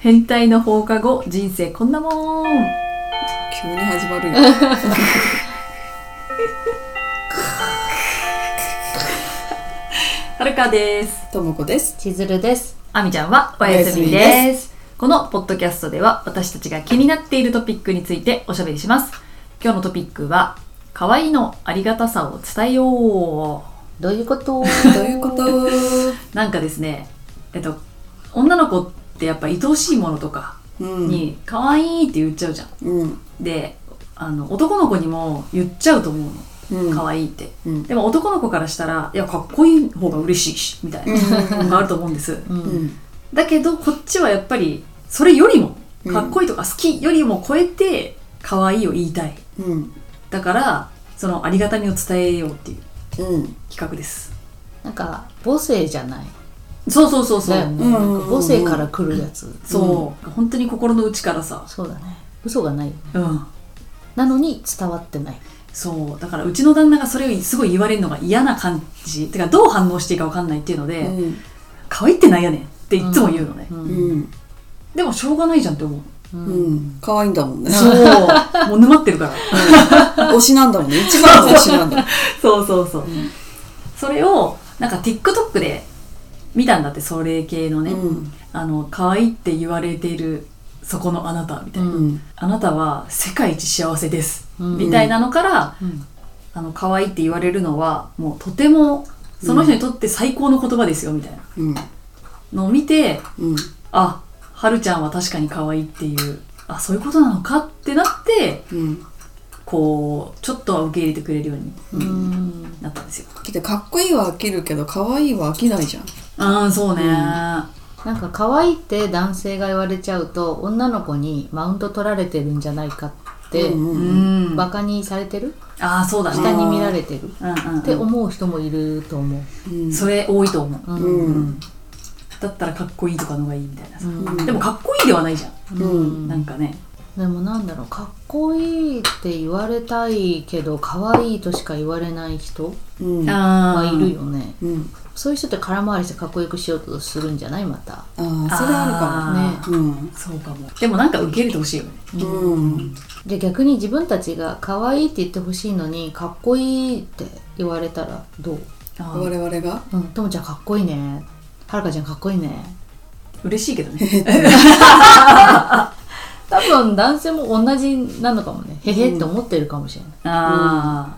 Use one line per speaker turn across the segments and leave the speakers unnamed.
変態の放課後人生こんなもん
急に始まるよ
はるかです
ともこです
千鶴です。
あみちゃんはおやすみですこのポッドキャストでは私たちが気になっているトピックについておしゃべりします今日のトピックは可愛いのありがたさを伝えよう
どういうこと？
という こと
なんかですねえっと女の子ってやっぱ愛おしいものとか
うん
に可愛いって言っちゃうじゃん
うん
であの男の子にも言っちゃうと思うの
うん
可愛いって、
うん
でも男の子からしたらいやかっこいい方が嬉しいしみたいなのがあると思うんです、
う。
うんん
だけどこっちはやっぱりそれよりもかっこいいとか好きよりも超えて可愛いを言いたい
うん
だからそのありがたみを伝えようっていう
うん
企画です
なんか母性じゃない。
そうそうそうそう、
だよね。
うん
なんか母性から来るやつ。
そう、本当に心の内からさ
そうだね。嘘がないよね。
うん
なのに伝わってない。
そうだからうちの旦那がそれをすごい言われるのが嫌な感じてかどう反応していいか分かんないっていうので、
うん
可愛いってなんやねんっていつも言うのね、
うん
うん
でもしょうがないじゃんって思う
うん可愛いんだもんね
そう もう沼ってるから
推しなんだもんね一番の推しなんだ
そうそうそう、
ん
それをなんか TikTok で見たんだってそれ系のね、
うん
あの可愛いって言われているそこのあなたみたいな、
うん
あなたは世界一幸せです、
うん
みたいなのから
うん
あの可愛いって言われるのはもうとてもその人にとって最高の言葉ですよみたいな
うん
のを見て
うん
あはるちゃんは確かに可愛いっていうあそういうことなのかってなって
うん
こうちょっとは受け入れてくれるように
うん
なったんですよ
だってかっこいいは飽きるけど可愛いは飽きないじゃん
ああそうね、
うん
なんか可愛いって男性が言われちゃうと女の子にマウント取られてるんじゃないかって、
うん
う
うん
ん、
バカにされてる、
ああそうだ
下
ね、
に見られてる
うんうんうん
って思う人もいると思
うん
それ多いと思う、
う。う
うんん
だったらかっこいいとかのがいいみたいなさ、
うん
でもかっこいいではないじゃん、
うん
なんかね
でもなんだろうかっこいいって言われたいけど可愛いとしか言われない人
うん
あ
がいるよね、
うん
そういう人って空回りしてかっこよくしようとするんじゃないまた
ああそれあ
ね
るかもね
そうかもでもなんか受け入れてほしいよね
うんうん
で逆に自分たちが可愛いって言ってほしいのにかっこいいって言われたらどう
あ
我
ー
々が
うんともちゃんかっこいいねはるかちゃんかっこいいね
嬉しいけどね
多分男性も同じなのかもねへへって思ってるかもしれない、
ああ、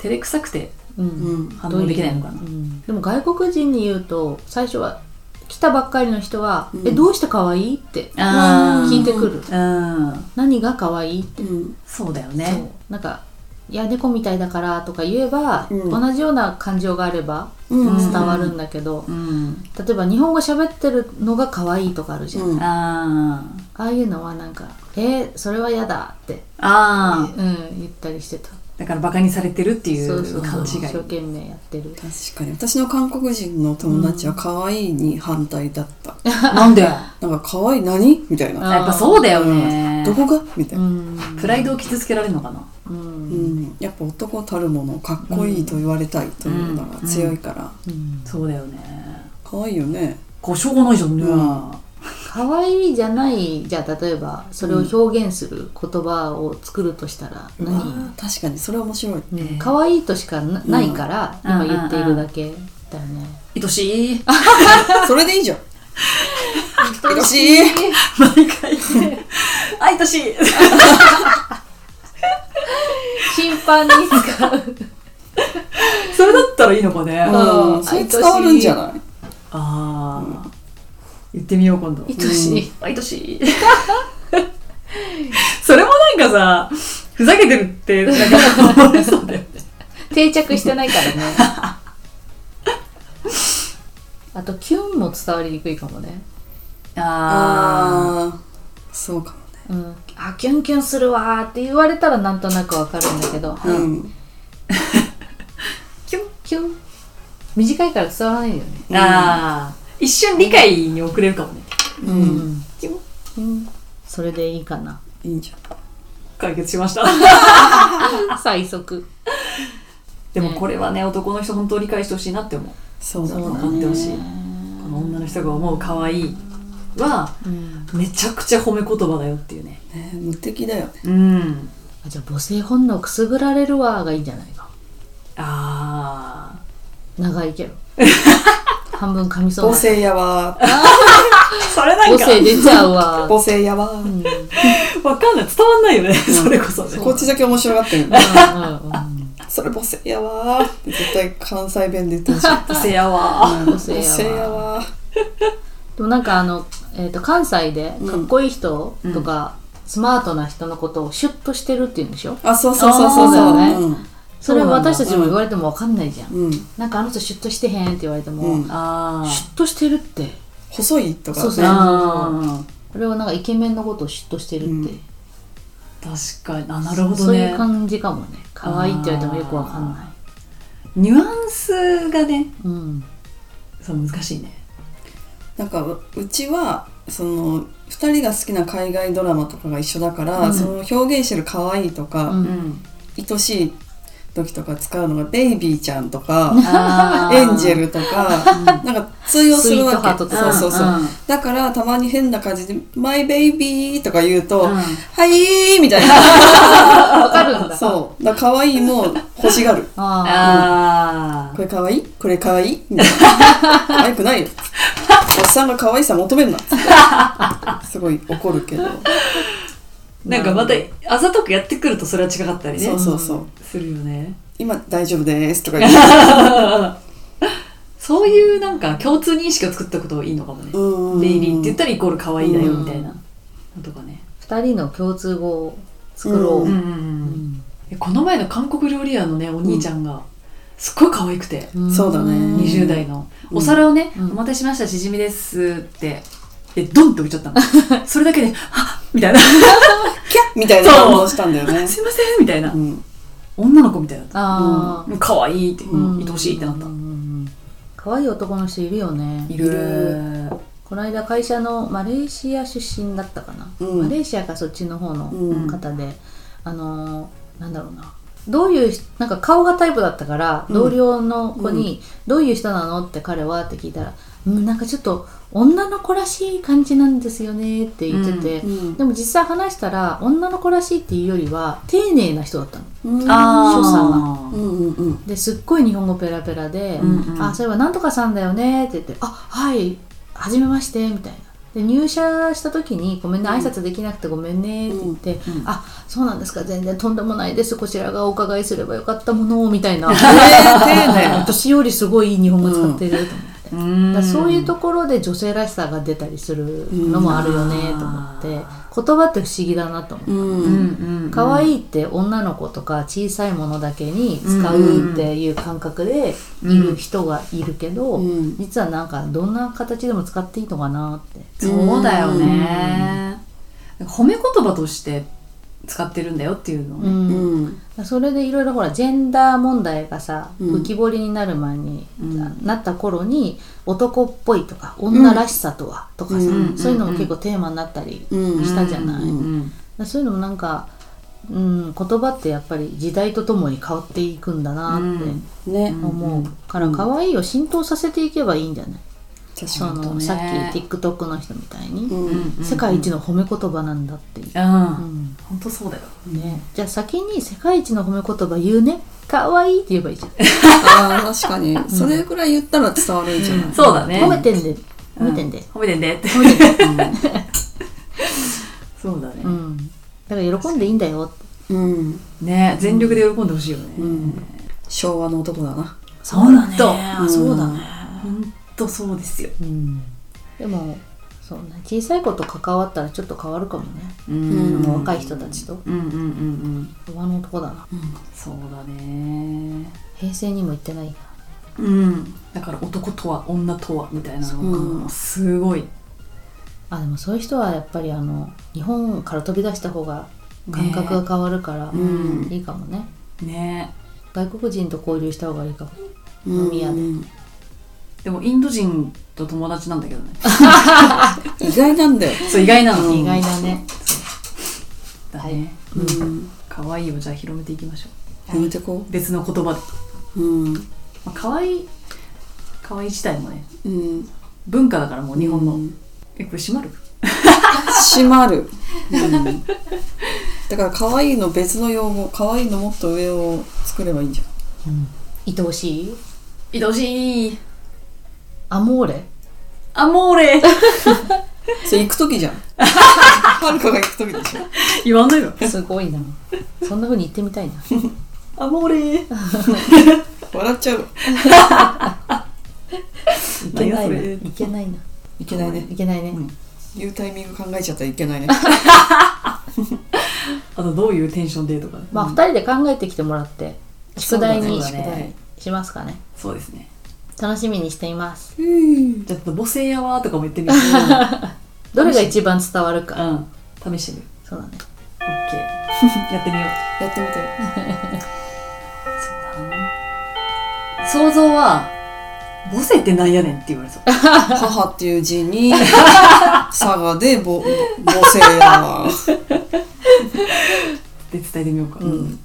照れくさくて
うん
うん
反応できないのかな
うんでも外国人に言うと最初は来たばっかりの人は「
うん
えどうして可愛いって
あー
聞いてくる、
うん
何が可愛いって、
うん
そうだよ
そ
ね
うなんか「いや猫みたいだから」とか言えば、
うん
同じような感情があれば
うん
伝わるんだけど、
うん
例えば日本語喋ってるのが可愛いとかあるじゃん、
うん
あ
ああいうのはなんか「えーそれは嫌だ」って、
あああ
うん、言ったりしてた
だからバカにされてるってい
そう
う
そう
勘
一
違い
生懸命やってる
確かに私の韓国人の友達は可愛いに反対だった、
なんでや
なんか可愛い何みたいな、
あ
っぱそうだよね
どこがみたいうな、
ん
プライドを傷つけられるのかな
う
うん
ん
やっぱ男たるものかっこいいと言われたいというのが強いから、
うん
そうだよね
可愛いよね
こうしょうがないじゃんね、
うん
可愛いじゃないじゃあ例えばそれを表現する言葉を作るとしたら
うわ
何、
ー確かにそれ面白い、
うん
えー
可愛いとしかなないから
うん
今言っているだけだよね。
愛しい
それでいいじゃん愛しい
毎回愛しい
頻繁に使う。
それだったらいいのかねあ
うんそれ伝わるんじゃない
あー言ってみよう今度
愛しい。
愛しい それもなんかさふざけてるってなんか思われそうだよね
定着してない からね。あとキュンも伝わりにくいかもね。
あ
ああそうかもね
うん、あキュンキュンするわーって言われたらなんとなくわかるんだけど、
うん
キュンキュン短いから伝わらないよね。
ーあー一瞬理解に遅れるかもね
うん、
うん
キュン
それでいいかな。
いいんじゃん
解決しました
最速。
でもこれはね男の人本当理解してほしいなって思う
そうだ
分
な
かってほしいこの女の人が思う可愛いは
うん
めちゃくちゃ褒め言葉だよっていうね
ね無敵だよね
うん
あじゃあ母性本能くすぐられるわがいいんじゃないか
あ
長いけ ど半分噛みそう
母
な
性やわ
あそれなん
母
か
性出ちゃう わ、
母性やわ、
うんうんうんうん
わかんない伝わんないよね、それこそね
こっちだけ面白がってる
う
それ母性やわーって絶対関西弁で言ってほしい
せやわ
ん母性
母性や
やわ
わー
でもなんかあの、えー、と関西でかっこいい人とか、スマートな人のことをシュッとしてるって言うんでしょ
あそうそうそうそう
あーそうだ
そう
よねそれ
そうなんだ
私たちも言われても分かんないじゃん、
うん、うん、
なんかあの人シュッとしてへんって言われても、
うん
シュ
ああ
ッとしてるって
細いとか、ね、
そうそう
あ
これはなんかイケメンのことを嫉妬してるって、
うん
ー確かにあなるほど
そうい
ね
う感じかもね可愛いって言われてもよくわかんない
ニュアンスがね
うん
そう難しいね
なんかううちはその2人が好きな海外ドラマとかが一緒だから、
うん
その表現してる可愛いとか、
うん
ん
愛しい時とか使うのがベイビーちゃんと か
あー
エンジェルとかなんか通用するわ
スイートハー
け
トと
そう
か
そうそう、
んん
だからたまに変な感じで「マイベイビー」とか言うと「
うん
はい」みたいな
わかるんだ
そうだから可愛いも欲しがる
あ
あ
これ可愛いこれ可愛いみたいな可愛くないよおっさんが可愛さ求めんなっつってすごい怒るけど
ーなんかまたあざとくやってくるとそれは違かったりね
そうそうそう
するよね
今大丈夫ですとか言う
そういうなんか共通認識を作ったこといいのかもね
うん
ベイビーって言ったらイコール可愛いだよみたいなのとかね
2人の共通語を作ろう、
う
うんんう
う
んんうんこの前の韓国料理屋のねお兄ちゃんがすっごい可愛くて
ん
そうだねうん
20代の
うん
お皿をね「
うん
お待たせしましたしじみです」ってでドンって置いちゃった のそれだけで「はっ」みたいな「
キャッみたいな反応したんだよ ね
すいません」みたいな
うん
女の子みたいだった
ああ、
もう可愛いって
うん
愛おしいってなった
うんうんうん可愛い男の人いるよね
い
る
る
この間会社のマレーシア出身だったかな、
うん
マレーシアかそっちの方の
うん
方で、あのーなんだろうなどういう人なんか顔がタイプだったから、
うん
同僚の子に「どういう人なの?」って彼はって聞いたら「うん、なんかちょっと女の子らしい感じなんですよね」って言ってて、
うん
でも実際話したら女の子らしいっていうよりは丁寧な人だったの。
うん
あ
所
あ
うんうんうん
ですっごい日本語ペラペラで「
うんうん
あそういえばなんとかさんだよね」って言って「あはいはじめまして」みたいな。で入社した時に「ごめんね挨拶できなくてごめんね」って言って「
うんうん
あそうなんですか全然とんでもないですこちらがお伺いすればよかったもの」み たいな 私よりすごいいい日本語使ってると思って、だからそういうところで女性らしさが出たりするのもあるよねと思って、
うん
言葉って不思議だなと思って。
うん
う
うん
んうんうん
可愛いって女の子とか小さいものだけに使うっていう感覚でいる人がいるけど、
うん
実はなんかどんな形でも使っていいのかなって
そうだよね褒め言葉として使ってるんだよっていうのをね
うん
うん
うん
それでいろいろほらジェンダー問題がさ、
うん
浮き彫りになる前に、
うん
なった頃に男っぽいとか女らしさとは、とかさ、
うん
そういうのも結構テーマになったり、
うん
したじゃない
うんうん
そういうのもなんか、うん、言葉ってやっぱり時代とともに変わっていくんだなって。
うん
ね
思うから
うん
可愛いを浸透させていけばいいんじゃない、
確
そ
か
の
ね
さっき TikTok の人みたいに、
にう
うんんうん
世界一の褒め言葉なんだっていう、
うん
うん
本当そうだよ
ね、じゃあ先に「世界一の褒め言葉言うね可愛いって言えばいいじゃん
あー確かにそれぐらい言ったら伝わるんじゃない
そうだね
褒めてんで褒めてんで、
褒めてんでって そうだ
う
ね
んだから喜んでいいんだよって
うんうん
ね全力で喜んでほしいよね
うん昭和の男だな
そうだね
あそうだね
本当そうですよ
うんでもそうね小さい子と関わったらちょっと変わるかもね、
う
うん
あの若い人たちと
うんうんうんうん
昭和の男だな
そうだね
平成にも行ってないな
うんだから男とは女とはみたいなの
うん
がすごい
あでもそういう人はやっぱりあの日本から飛び出した方が感覚が変わるから、
ねうん
いいかもね
ね
外国人と交流した方がいいかも
飲
み屋で
でもインド人と友達なんだけどね
意外なんだよ
そう意外なの
うん
に
意外だね、
だね
うん
可愛いをじゃあ広めていきましょ
やめてこ
う別の言葉で
ううん
まあ可愛い可愛い自体もね
うん
文化だからもう日本の、
うん
えこれ閉まる
閉まる、うん、だから可愛いの別の用語可愛いのもっと上を作ればいいんじゃん
愛おしい
愛おしい
アモーレ
アモーレ
それ行く時じゃんはるかが行く時でしょ
言わないの
すごいなそんな風に言ってみたいな
アモーレ
笑っちゃう
何
わ
いけないな
やそれ
いけないない
けないね
いけないね、
うん言うタイミング考えちゃったらいけないね
あとどういうテンションでとかね
まあ二人で考えてきてもらって宿題に
そうだね
しますかね
そうですね
楽しみにしています
じゃあ母性やわーとかも言ってみよう、
どれが一番伝わるか、
うん、試してみる
そうだね
OK やってみよう
やってみてよ
想像は母性ってなんやねんって言われそう
母っていう字に佐賀でぼ母性や
で伝えてみようか、
うん